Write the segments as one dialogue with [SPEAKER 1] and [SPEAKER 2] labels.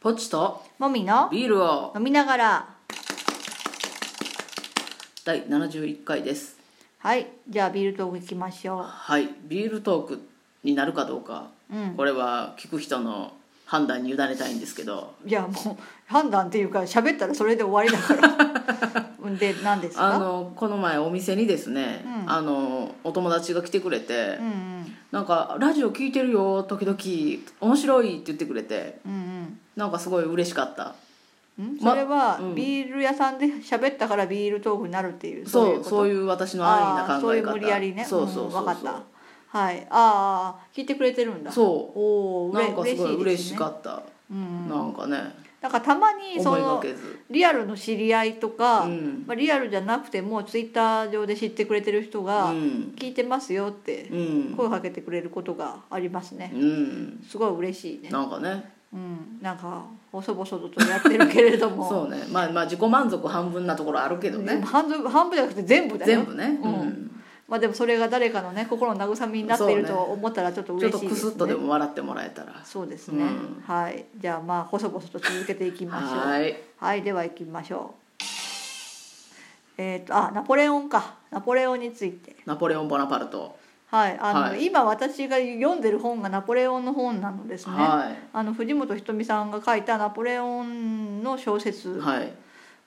[SPEAKER 1] ポチと
[SPEAKER 2] もみの
[SPEAKER 1] ビールを
[SPEAKER 2] 飲みながら
[SPEAKER 1] 第71回です
[SPEAKER 2] はいじゃあビールトーク行きましょ
[SPEAKER 1] はいビールトークになるかどうか、これは聞く人の判断に委ねたいんですけど
[SPEAKER 2] ういやもう判断っていうか喋ったらそれで終わりだか らで何です
[SPEAKER 1] あ
[SPEAKER 2] か
[SPEAKER 1] のこの前お店にですね、あのお友達が来てくれて、
[SPEAKER 2] うんうん
[SPEAKER 1] なんか「ラジオ聞いてるよ時々面白い」って言ってくれて
[SPEAKER 2] うん
[SPEAKER 1] なんかすごい嬉しかった
[SPEAKER 2] うんん
[SPEAKER 1] ま
[SPEAKER 2] それは
[SPEAKER 1] うん
[SPEAKER 2] ビール屋さんで喋ったからビールトークになるっていう
[SPEAKER 1] そう
[SPEAKER 2] こと
[SPEAKER 1] そういう私の安易
[SPEAKER 2] あ
[SPEAKER 1] な
[SPEAKER 2] あそ
[SPEAKER 1] 考
[SPEAKER 2] うい
[SPEAKER 1] え
[SPEAKER 2] う
[SPEAKER 1] 方
[SPEAKER 2] 無理やりね
[SPEAKER 1] そうそうそう
[SPEAKER 2] 分かっ
[SPEAKER 1] そう
[SPEAKER 2] たはいああ聞いてくれてるんだ
[SPEAKER 1] そ
[SPEAKER 2] お
[SPEAKER 1] う
[SPEAKER 2] お
[SPEAKER 1] なんかすごい嬉
[SPEAKER 2] です
[SPEAKER 1] し
[SPEAKER 2] ね
[SPEAKER 1] かった、
[SPEAKER 2] うん
[SPEAKER 1] なんかね
[SPEAKER 2] なんかたまにそ
[SPEAKER 1] 思いが
[SPEAKER 2] の
[SPEAKER 1] けず
[SPEAKER 2] リアルの知り合いとか、
[SPEAKER 1] うん
[SPEAKER 2] まあ、リアルじゃなくてもツイッター上で知ってくれてる人
[SPEAKER 1] う
[SPEAKER 2] が「
[SPEAKER 1] ん
[SPEAKER 2] 聞いてますよ」って
[SPEAKER 1] うん
[SPEAKER 2] 声かけてくれることがありますね
[SPEAKER 1] うん
[SPEAKER 2] すごい嬉しいね、
[SPEAKER 1] なんかね
[SPEAKER 2] うん、なんか細々とやってるけれど も
[SPEAKER 1] そうねまあまあ自己満足半分なところあるけど
[SPEAKER 2] でも
[SPEAKER 1] ね
[SPEAKER 2] 半分半分じゃなくて全部だ
[SPEAKER 1] 全
[SPEAKER 2] よ
[SPEAKER 1] 部ね
[SPEAKER 2] うんまあ、でもそれが誰かのね心の慰めになっている
[SPEAKER 1] そ
[SPEAKER 2] と
[SPEAKER 1] うね
[SPEAKER 2] 思ったらちょっと
[SPEAKER 1] うんちょっ
[SPEAKER 2] 嬉
[SPEAKER 1] と
[SPEAKER 2] しい
[SPEAKER 1] ク
[SPEAKER 2] です
[SPEAKER 1] ス
[SPEAKER 2] ね
[SPEAKER 1] ッとでも笑ってもらえたら
[SPEAKER 2] そうですね、
[SPEAKER 1] うん
[SPEAKER 2] はいじゃあまあ細々と続けていきましょう
[SPEAKER 1] はーい
[SPEAKER 2] はい、では行きましょう。えっ、と、あ、ナポレオンか、ナポレオンについて。
[SPEAKER 1] ナポレオン・ボナパルト
[SPEAKER 2] はい、あの、
[SPEAKER 1] は
[SPEAKER 2] 今私が読んでる本がナポレオンの本なのですね。
[SPEAKER 1] は
[SPEAKER 2] あの藤本ひとみさんが書いたナポレオンの小
[SPEAKER 1] い
[SPEAKER 2] 説
[SPEAKER 1] はい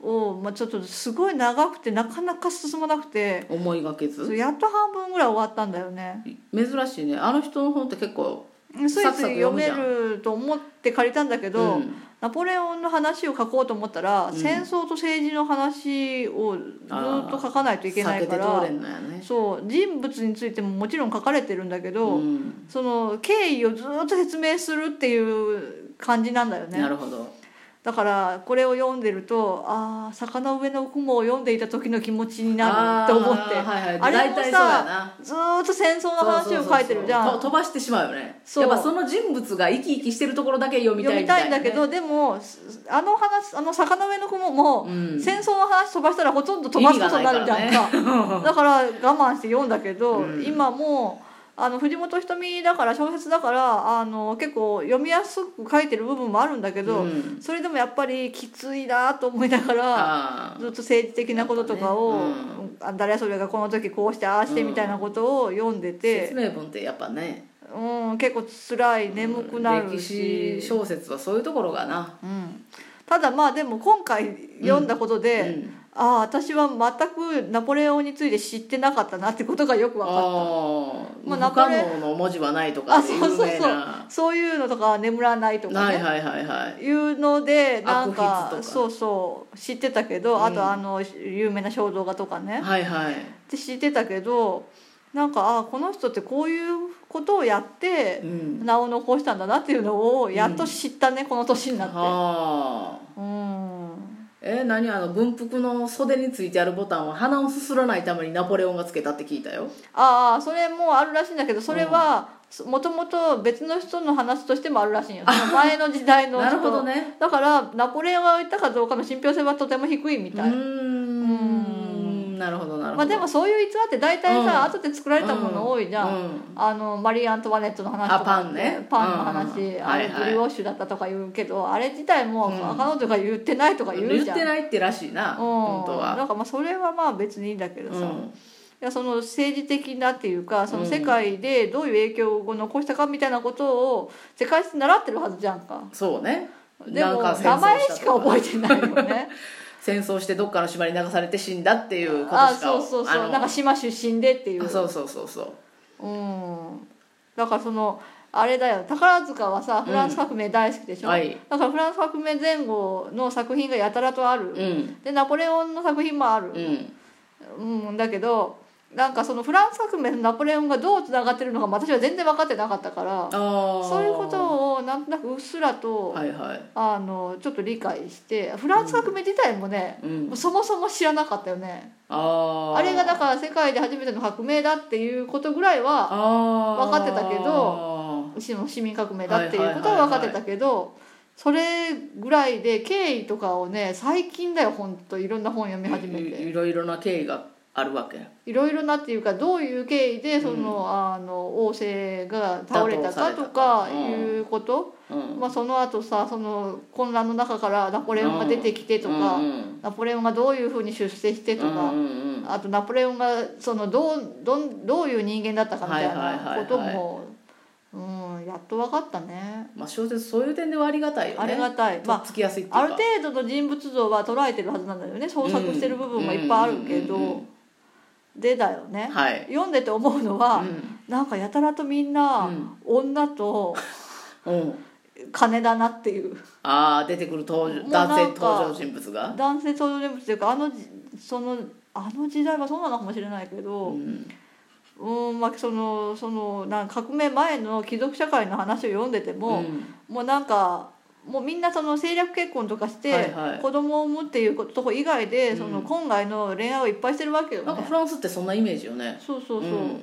[SPEAKER 2] を、まあ、ちょっとすごい長くてなかなか進まなくて
[SPEAKER 1] 思いがけ
[SPEAKER 2] そう
[SPEAKER 1] ず
[SPEAKER 2] やっと半分ぐらい終わったんだよね
[SPEAKER 1] 珍しいねあの人の本って結構
[SPEAKER 2] うんスイ
[SPEAKER 1] サ
[SPEAKER 2] ス
[SPEAKER 1] クサク読
[SPEAKER 2] 読
[SPEAKER 1] む
[SPEAKER 2] め
[SPEAKER 1] じゃん
[SPEAKER 2] ると思って借りたんだけど、
[SPEAKER 1] うん
[SPEAKER 2] ナポレオンの話を書こうと思ったら、
[SPEAKER 1] うん
[SPEAKER 2] 戦争と政治の話をずっと書かないといけないか
[SPEAKER 1] 避
[SPEAKER 2] ら
[SPEAKER 1] けて通れんのやね
[SPEAKER 2] そう人物についてももちろん書かれてるんだけど、
[SPEAKER 1] うん
[SPEAKER 2] その経緯をずっと説明するっていう感じなんだよ
[SPEAKER 1] な
[SPEAKER 2] ね
[SPEAKER 1] るほど
[SPEAKER 2] だからこれを読んでるとああ坂の上の雲を読んでいた時の気持ちにな
[SPEAKER 1] あー
[SPEAKER 2] ると思って
[SPEAKER 1] はいはい
[SPEAKER 2] あれ
[SPEAKER 1] 大
[SPEAKER 2] も
[SPEAKER 1] 体そうやな
[SPEAKER 2] さずーっと戦争の話を書いてるじゃん
[SPEAKER 1] そうそうそうと飛ばしてしまうよね
[SPEAKER 2] そう
[SPEAKER 1] やっぱその人物が生き生きしてるところだけ読みた
[SPEAKER 2] 読
[SPEAKER 1] い
[SPEAKER 2] み
[SPEAKER 1] みた
[SPEAKER 2] た
[SPEAKER 1] い
[SPEAKER 2] いん
[SPEAKER 1] な
[SPEAKER 2] だけど、でもすあの話あの坂の上の雲も、
[SPEAKER 1] うん
[SPEAKER 2] 戦争の話飛ばしたらほとんど飛ばすことになるじゃんか だから我慢して読んだけど、
[SPEAKER 1] うん
[SPEAKER 2] 今もうあの藤本ひとみだから小説だからあの結構読みやすく書いてる部分もあるんだけど、
[SPEAKER 1] うん
[SPEAKER 2] それでもやっぱりきついなと思いながら。
[SPEAKER 1] あー
[SPEAKER 2] ずっと政治的なこととかを、
[SPEAKER 1] やっ
[SPEAKER 2] あ誰それがこの時こうしてああしてみたいなことを読んで
[SPEAKER 1] 説
[SPEAKER 2] て、
[SPEAKER 1] 明文ってやっぱね
[SPEAKER 2] うん結構辛い眠くなる
[SPEAKER 1] 歴史
[SPEAKER 2] し、
[SPEAKER 1] 小説はそういうところがな
[SPEAKER 2] うん、ただまあでも今回読んだことで、
[SPEAKER 1] うん
[SPEAKER 2] ああ私は全くナポレオンについて知ってなかったなってことがよく分
[SPEAKER 1] あ
[SPEAKER 2] かっ
[SPEAKER 1] ー
[SPEAKER 2] まあ
[SPEAKER 1] 不可能の文字はないと
[SPEAKER 2] た
[SPEAKER 1] か
[SPEAKER 2] あ
[SPEAKER 1] で
[SPEAKER 2] そ
[SPEAKER 1] 有名
[SPEAKER 2] うそうそう
[SPEAKER 1] な
[SPEAKER 2] そういうのとか眠らないとか
[SPEAKER 1] は
[SPEAKER 2] ね、
[SPEAKER 1] いはいはいはい
[SPEAKER 2] いうのでなんか
[SPEAKER 1] 悪筆とか
[SPEAKER 2] そうそう知ってたけど、
[SPEAKER 1] うん
[SPEAKER 2] あとあの有名な肖像画とかね
[SPEAKER 1] はいはい
[SPEAKER 2] って知ってたけどなんかああこの人ってこういうことをやって
[SPEAKER 1] うん
[SPEAKER 2] 名を残したんだなっていうのをやっと知ったね、この年になって。
[SPEAKER 1] はあ
[SPEAKER 2] うん
[SPEAKER 1] えー何あの軍服の袖についてあるボタンは鼻をすすらないためにナポレオンがつけたって聞いたよ
[SPEAKER 2] ああそれもあるらしいんだけどそれはもともと別の人の話としてもある らしいんよその前の時代の
[SPEAKER 1] な
[SPEAKER 2] 人
[SPEAKER 1] るほどね
[SPEAKER 2] だからナポレオンが言ったかどうかの信憑性はとても低いみ
[SPEAKER 1] う
[SPEAKER 2] たい、
[SPEAKER 1] ーんなるほどなるほど
[SPEAKER 2] まあ、でもそういう逸話って大体さ、
[SPEAKER 1] うん
[SPEAKER 2] 後で作られたもの多いじゃん、
[SPEAKER 1] うんうん
[SPEAKER 2] あのマリー・アントワネットの話とか
[SPEAKER 1] あパンね
[SPEAKER 2] パンの話、
[SPEAKER 1] うんうん
[SPEAKER 2] あ
[SPEAKER 1] は
[SPEAKER 2] れ
[SPEAKER 1] いはい
[SPEAKER 2] ブリオッシュだったとか言うけど、あれ自体も、
[SPEAKER 1] うん
[SPEAKER 2] 彼女が言ってないとか言う
[SPEAKER 1] 言
[SPEAKER 2] じゃ
[SPEAKER 1] っ
[SPEAKER 2] ん
[SPEAKER 1] てないってらしいな
[SPEAKER 2] うん
[SPEAKER 1] 本当は
[SPEAKER 2] だからまあそれはまあ別にいいんだけどさ、
[SPEAKER 1] うん
[SPEAKER 2] いやその政治的なっていうかその
[SPEAKER 1] うん
[SPEAKER 2] 世界でどういう影響を残したかみたいなことを世界史で習ってるはずじゃんか
[SPEAKER 1] そうね
[SPEAKER 2] でも
[SPEAKER 1] なんか戦争したとか
[SPEAKER 2] 名前しか覚えてないよね
[SPEAKER 1] 戦争してどっかの島に流されて死んだっていうことしか
[SPEAKER 2] あそうそうそ
[SPEAKER 1] あ
[SPEAKER 2] う
[SPEAKER 1] の
[SPEAKER 2] なんか島出身でっていう
[SPEAKER 1] あそうそうそうそう
[SPEAKER 2] うんだからそのあれだよ宝塚はさフランス革命大好きでしょ、
[SPEAKER 1] はい
[SPEAKER 2] だからフランス革命前後の作品がやたらとある、
[SPEAKER 1] うん
[SPEAKER 2] でナポレオンの作品もある
[SPEAKER 1] う、ん
[SPEAKER 2] うん、だけどなんかそのフランス革命とナポレオンがどうつながってるのかも私は全然分かってなかったから
[SPEAKER 1] ああ
[SPEAKER 2] そういうことをなんとなくうっすらと、
[SPEAKER 1] はいはい
[SPEAKER 2] あのちょっと理解してフランス革命自体もね、
[SPEAKER 1] うん
[SPEAKER 2] そもそも知らなかったよね
[SPEAKER 1] あ
[SPEAKER 2] あ
[SPEAKER 1] あ
[SPEAKER 2] れがだから世界で初めての革命だっていうことぐらいは
[SPEAKER 1] あ
[SPEAKER 2] 分かってたけ
[SPEAKER 1] ど
[SPEAKER 2] 市の市民革命だっていうことは分かってたけど、それぐらいで経緯とかをね最近だよほんといろんな本読み始めて、
[SPEAKER 1] いいろいろな経緯があるわけ
[SPEAKER 2] いろいろなっていうかどういう経緯でその、あの王政が倒れ
[SPEAKER 1] 打倒
[SPEAKER 2] たかとか
[SPEAKER 1] されたか
[SPEAKER 2] いうこと、
[SPEAKER 1] うん
[SPEAKER 2] まあ、その後さその混乱の中からナポレオンが出てきてとか、
[SPEAKER 1] うんうん
[SPEAKER 2] ナポレオンがどういうふうに出世してとか
[SPEAKER 1] うん、うん
[SPEAKER 2] あとナポレオンがそのどうどんどういう人間だったかみたい
[SPEAKER 1] はいはい
[SPEAKER 2] な
[SPEAKER 1] はいはい
[SPEAKER 2] ことも、うん、やっと分かったね。
[SPEAKER 1] まあ小説そういう点ではありがたいよね
[SPEAKER 2] ありがたい、
[SPEAKER 1] と
[SPEAKER 2] ま
[SPEAKER 1] っつきやすいっていうか
[SPEAKER 2] あ、ある程度の人物像は捉えてるはずなんだよね創作してる部分はいっぱいあるけど、
[SPEAKER 1] うんうんうんうん
[SPEAKER 2] でだよね、
[SPEAKER 1] はい
[SPEAKER 2] 読んでて思うのは、
[SPEAKER 1] うん
[SPEAKER 2] なんかやたらとみんな、
[SPEAKER 1] うん
[SPEAKER 2] 女と
[SPEAKER 1] うん
[SPEAKER 2] 金だなっていう
[SPEAKER 1] ああ出てくる登場
[SPEAKER 2] もうなん
[SPEAKER 1] 男性
[SPEAKER 2] か
[SPEAKER 1] 登場人物が
[SPEAKER 2] 男性登場人物というかあのじそのあの時代はそうなのかもしれないけど、
[SPEAKER 1] うん
[SPEAKER 2] うんまあ、そのそのなんか革命前の貴族社会の話を読んでても、
[SPEAKER 1] うん
[SPEAKER 2] もうなんかもうみんなその政略結婚とかして、
[SPEAKER 1] はいはい
[SPEAKER 2] 子供を産むっていうこととこ以外で、
[SPEAKER 1] うん
[SPEAKER 2] その婚外の恋愛をいっぱいしてるわけよ
[SPEAKER 1] なんか
[SPEAKER 2] ね
[SPEAKER 1] フ。ランスってそんなイメージよね
[SPEAKER 2] そうそうそう、
[SPEAKER 1] ん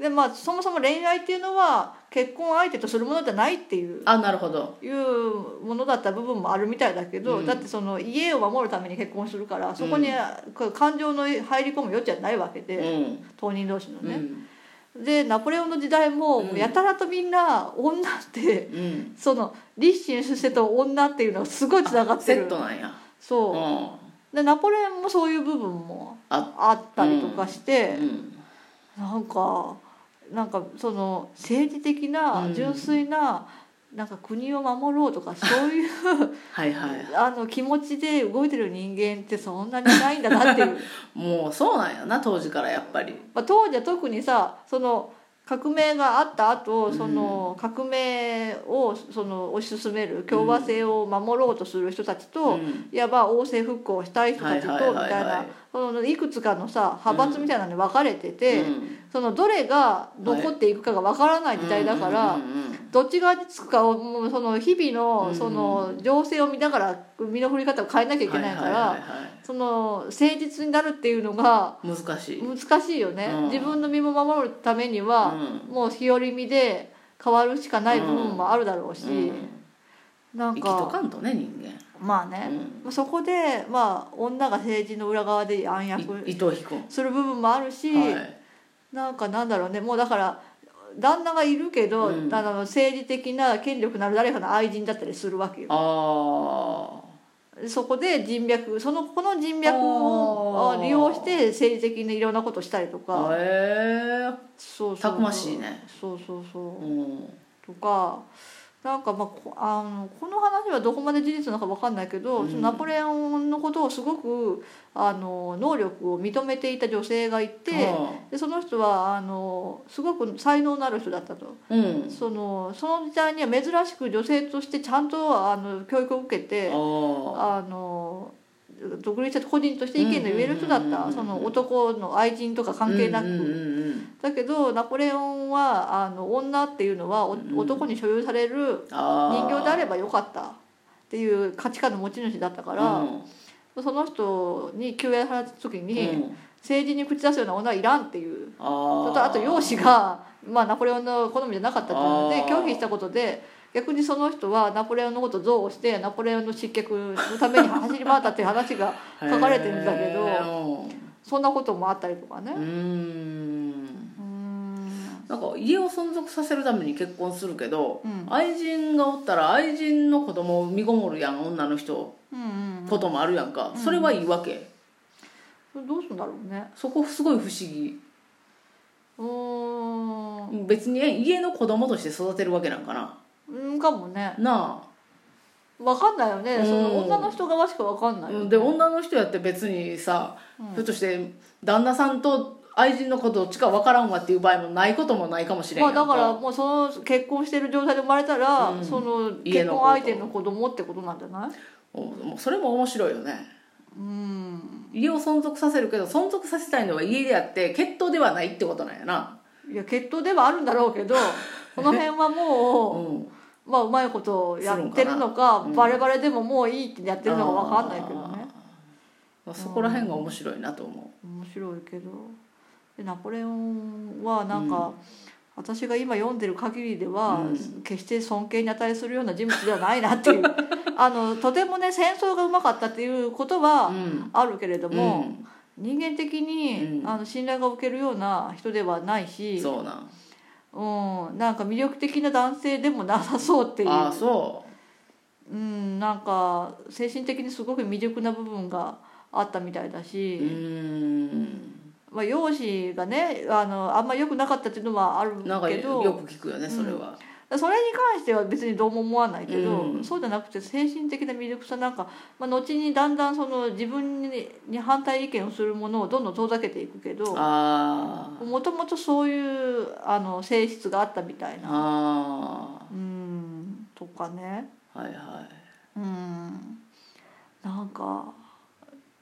[SPEAKER 2] でまあそもそも恋愛っていうのは結婚相手とするものじゃないっていう
[SPEAKER 1] あなるほど
[SPEAKER 2] いうものだった部分もあるみたいだけど、
[SPEAKER 1] うん
[SPEAKER 2] だってその家を守るために結婚するからそこにこう感情の入り込む余地はないわけ
[SPEAKER 1] う
[SPEAKER 2] で、
[SPEAKER 1] ん
[SPEAKER 2] 当人同士の
[SPEAKER 1] う
[SPEAKER 2] ね。
[SPEAKER 1] ん
[SPEAKER 2] でナポレオンの時代も
[SPEAKER 1] うん
[SPEAKER 2] やたらとみんな女って、
[SPEAKER 1] うん
[SPEAKER 2] その立身出世と女っていうのがすごいつながって
[SPEAKER 1] セッ
[SPEAKER 2] る
[SPEAKER 1] トなんや
[SPEAKER 2] そううんでナポレオンもそういう部分も
[SPEAKER 1] あ
[SPEAKER 2] あったりとかして、
[SPEAKER 1] うん
[SPEAKER 2] なんかなんかその政治的な
[SPEAKER 1] うん
[SPEAKER 2] 純粋な,、なんか国を守ろうとかそういう
[SPEAKER 1] はいはい
[SPEAKER 2] あの気持ちで動いてる人間ってそんなにないんだ なっていう、
[SPEAKER 1] もうそうなんやな当時からやっぱり
[SPEAKER 2] まあ、当時は特にさその革命があった後その革命をその推し進める共和制を守ろうとする人たちと、
[SPEAKER 1] うん
[SPEAKER 2] いわば王政復興をしたい人たちとみ
[SPEAKER 1] は
[SPEAKER 2] た
[SPEAKER 1] いはいは
[SPEAKER 2] い
[SPEAKER 1] いはい
[SPEAKER 2] なそのいくつかのさ派閥みたいなのに分かれてて、
[SPEAKER 1] うん
[SPEAKER 2] そのどれが残っていくかが分からない時代だから、
[SPEAKER 1] うんうんうん
[SPEAKER 2] どっち側につくかをもうその日
[SPEAKER 1] う
[SPEAKER 2] 々の
[SPEAKER 1] ん
[SPEAKER 2] その情勢を見ながら身の振り方を変えなきゃいけない
[SPEAKER 1] はいは
[SPEAKER 2] から、
[SPEAKER 1] いはいは
[SPEAKER 2] その誠実になるっていうのが
[SPEAKER 1] い難しい、
[SPEAKER 2] 難しいよね、
[SPEAKER 1] うん
[SPEAKER 2] 自分の身も守るために
[SPEAKER 1] う
[SPEAKER 2] は、
[SPEAKER 1] ん
[SPEAKER 2] もう日和見で変わるしかない部分もあるだろうし、
[SPEAKER 1] うん
[SPEAKER 2] なん
[SPEAKER 1] 生きと
[SPEAKER 2] か
[SPEAKER 1] かんとね人間
[SPEAKER 2] まあね、
[SPEAKER 1] うん
[SPEAKER 2] まあそこで、まあ、女が政治の裏側で暗躍
[SPEAKER 1] い伊藤彦
[SPEAKER 2] する部分もあるし、
[SPEAKER 1] はい
[SPEAKER 2] なんかなんだろうねもうだから旦那がいるけど、
[SPEAKER 1] うん
[SPEAKER 2] あの政治的な権力のある誰かの愛人だったりするわけよ
[SPEAKER 1] あ
[SPEAKER 2] そこで人脈そのこの人脈を
[SPEAKER 1] あー
[SPEAKER 2] 利用して政治的にいろんなことしたりとか
[SPEAKER 1] あへえ
[SPEAKER 2] そうそう
[SPEAKER 1] たくましいね
[SPEAKER 2] そうそうそううんとかなんかまあこあのこの話はどこまで事実なのか分かんないけど、
[SPEAKER 1] うん
[SPEAKER 2] そのナポレオンのことをすごくあの能力を認めていた女性がいて、でその人はあのすごく才能のある人だったと
[SPEAKER 1] うんうん
[SPEAKER 2] そのその時代には珍しく女性としてちゃんとあの教育を受け
[SPEAKER 1] あ
[SPEAKER 2] て
[SPEAKER 1] あ
[SPEAKER 2] あの独立した個人として意見の言える人だ
[SPEAKER 1] うんうんうんうんう
[SPEAKER 2] った
[SPEAKER 1] ん
[SPEAKER 2] その男の愛人とか関係な
[SPEAKER 1] う
[SPEAKER 2] く、
[SPEAKER 1] んうんうん
[SPEAKER 2] だけどナポレオンはあの女っていうのはお
[SPEAKER 1] うん
[SPEAKER 2] 男に所有される
[SPEAKER 1] あ
[SPEAKER 2] 人形であれ
[SPEAKER 1] ば
[SPEAKER 2] ばよかったっていう価値観の持ち主だったから、その人に求愛された時に、政治に口出すような女はいらんっていう。
[SPEAKER 1] ああ
[SPEAKER 2] あとあと容姿が、 まあ、ナポレオンの好みじゃなかったと思うので
[SPEAKER 1] あー
[SPEAKER 2] 拒否したことで逆にその人はナポレオンのことを憎悪してナポレオンの失脚のために走り回ったっていう話が書かれてるんだけど
[SPEAKER 1] へー
[SPEAKER 2] そんなこともあったりとかね
[SPEAKER 1] う。ん
[SPEAKER 2] うん
[SPEAKER 1] なんか家を存続させるために結婚するけど、
[SPEAKER 2] うん
[SPEAKER 1] 愛人がおったら愛人の子供を身ごもるやん女の人
[SPEAKER 2] うん
[SPEAKER 1] こともあるやんか、それはいいわけ
[SPEAKER 2] うん、どうするんだろうね
[SPEAKER 1] そこすごい不思議
[SPEAKER 2] うーん
[SPEAKER 1] 別に家の子供として育てるわけなんかな
[SPEAKER 2] うんかもね
[SPEAKER 1] な
[SPEAKER 2] 分かんないよね、
[SPEAKER 1] うん
[SPEAKER 2] その女の人側しか分かん
[SPEAKER 1] あ、
[SPEAKER 2] ないよね、
[SPEAKER 1] で女の人やって別にさ、ひょっとして旦那さんと愛人の子どっちか分からんわっていう場合もないこともないかもしれん
[SPEAKER 2] ま
[SPEAKER 1] や
[SPEAKER 2] あ
[SPEAKER 1] んか、
[SPEAKER 2] だからもうその結婚してる状態で生まれたら、
[SPEAKER 1] うん
[SPEAKER 2] その
[SPEAKER 1] 家
[SPEAKER 2] 結
[SPEAKER 1] の子
[SPEAKER 2] 婚
[SPEAKER 1] と
[SPEAKER 2] 相手の子供ってことなんじゃない
[SPEAKER 1] おもうそれも面白いよね
[SPEAKER 2] うん
[SPEAKER 1] 家を存続させるけど存続させたいのは家であって血統ではないってことなんやない
[SPEAKER 2] や血統ではあるんだろ うけどこの辺は
[SPEAKER 1] う
[SPEAKER 2] も
[SPEAKER 1] ん
[SPEAKER 2] うまあうまいことやって
[SPEAKER 1] する
[SPEAKER 2] るのか
[SPEAKER 1] のかなうん
[SPEAKER 2] バレバレでももういいってやってるのか分かんないけどね
[SPEAKER 1] あーそこら辺が面白いなと思
[SPEAKER 2] 面白いけどでナポレオンはなんか、私が今読んでる限りでは、
[SPEAKER 1] うん
[SPEAKER 2] 決して尊敬に値するような人物ではないなっていう あのとてもね戦争がうまかったっていうこと
[SPEAKER 1] う、う
[SPEAKER 2] は
[SPEAKER 1] ん
[SPEAKER 2] あるけれども、
[SPEAKER 1] うん
[SPEAKER 2] 人間的に、
[SPEAKER 1] うん
[SPEAKER 2] あの信頼が受けるような人ではないし
[SPEAKER 1] そうなん
[SPEAKER 2] うん、なんか魅力的な男性でもなさそうっていう
[SPEAKER 1] ああそう
[SPEAKER 2] うん、なんか精神的にすごく未熟な部分があったみたいだ
[SPEAKER 1] う
[SPEAKER 2] し、
[SPEAKER 1] ーん
[SPEAKER 2] まあ、容姿がねあのあんま良くなかったっていうのはある
[SPEAKER 1] なんか
[SPEAKER 2] けど
[SPEAKER 1] よく聞くよねそれは、
[SPEAKER 2] それに関しては別にどうも思わないけど、
[SPEAKER 1] うん
[SPEAKER 2] そうじゃなくて精神的な魅力さなんか、まあ、後にだんだんその自分にに反対意見をするものをどんどん遠ざけていくけど
[SPEAKER 1] あ
[SPEAKER 2] もともとそういうあの性質があったみたい
[SPEAKER 1] あ
[SPEAKER 2] な、
[SPEAKER 1] あ
[SPEAKER 2] うん、とかね。
[SPEAKER 1] あはいはい
[SPEAKER 2] うんなんか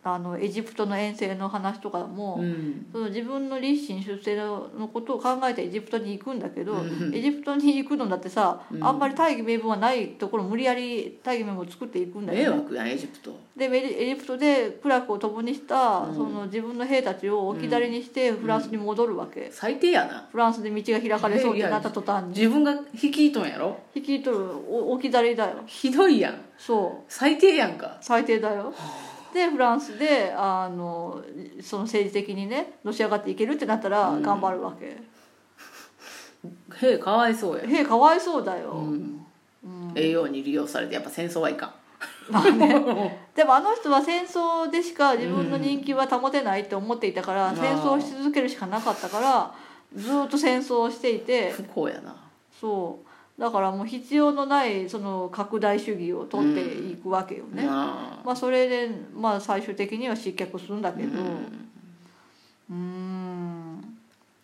[SPEAKER 2] あのエジプトの遠征の話とかも、
[SPEAKER 1] うん
[SPEAKER 2] その自分の立身出世のことを考えてエジプトに行くんだけど、
[SPEAKER 1] うん
[SPEAKER 2] エジプトに行くのだってさ、
[SPEAKER 1] うん
[SPEAKER 2] あんまり大義名分はないところ無理やり大義名分を作っていくんだ
[SPEAKER 1] 迷
[SPEAKER 2] よ、ね、
[SPEAKER 1] 惑やんエジプト
[SPEAKER 2] でエジエジプトで苦楽を共にした、
[SPEAKER 1] うん
[SPEAKER 2] その自分の兵たちを置き去りにしてフランスに戻るわけ、
[SPEAKER 1] 最低やな
[SPEAKER 2] フランスで道が開かれそうになった途端に
[SPEAKER 1] 自分が引きとんやろ
[SPEAKER 2] 引き取るお置き去りだよ
[SPEAKER 1] ひどいやん
[SPEAKER 2] そう
[SPEAKER 1] 最低やんか
[SPEAKER 2] 最低だよでフランスであのその政治的にねのし上がっていけるってなったら
[SPEAKER 1] うん
[SPEAKER 2] 頑張るわけ、
[SPEAKER 1] へえかわいそうや、
[SPEAKER 2] へえかわいそうだよ、
[SPEAKER 1] うん
[SPEAKER 2] うん
[SPEAKER 1] 栄養に利用されてやっぱ戦争はいかん
[SPEAKER 2] まあね、でもあの人は戦争でしか自分の人気は保てないって思っていたから、
[SPEAKER 1] うん
[SPEAKER 2] 戦争をし続けるしかなかったからずーっと戦争をしていて
[SPEAKER 1] 不幸やな
[SPEAKER 2] そうだからもう必要のないその拡大主義を取っていくわけよね、
[SPEAKER 1] なあ
[SPEAKER 2] まあそれで、まあ、最終的には失脚するんだけど
[SPEAKER 1] うん
[SPEAKER 2] うん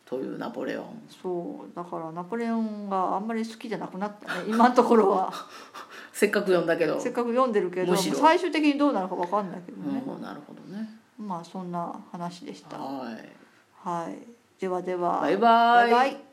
[SPEAKER 1] というナポレオン
[SPEAKER 2] そうだからナポレオンがあんまり好きじゃなくなったね今のところは
[SPEAKER 1] せっかく読んだけど
[SPEAKER 2] せっかく読んでるけど
[SPEAKER 1] むしろ
[SPEAKER 2] 最終的にどうなるか分かんないけどね、
[SPEAKER 1] うんなるほどね
[SPEAKER 2] まあそんな話でした
[SPEAKER 1] はい
[SPEAKER 2] はいではでは
[SPEAKER 1] バイバイ
[SPEAKER 2] バイバイ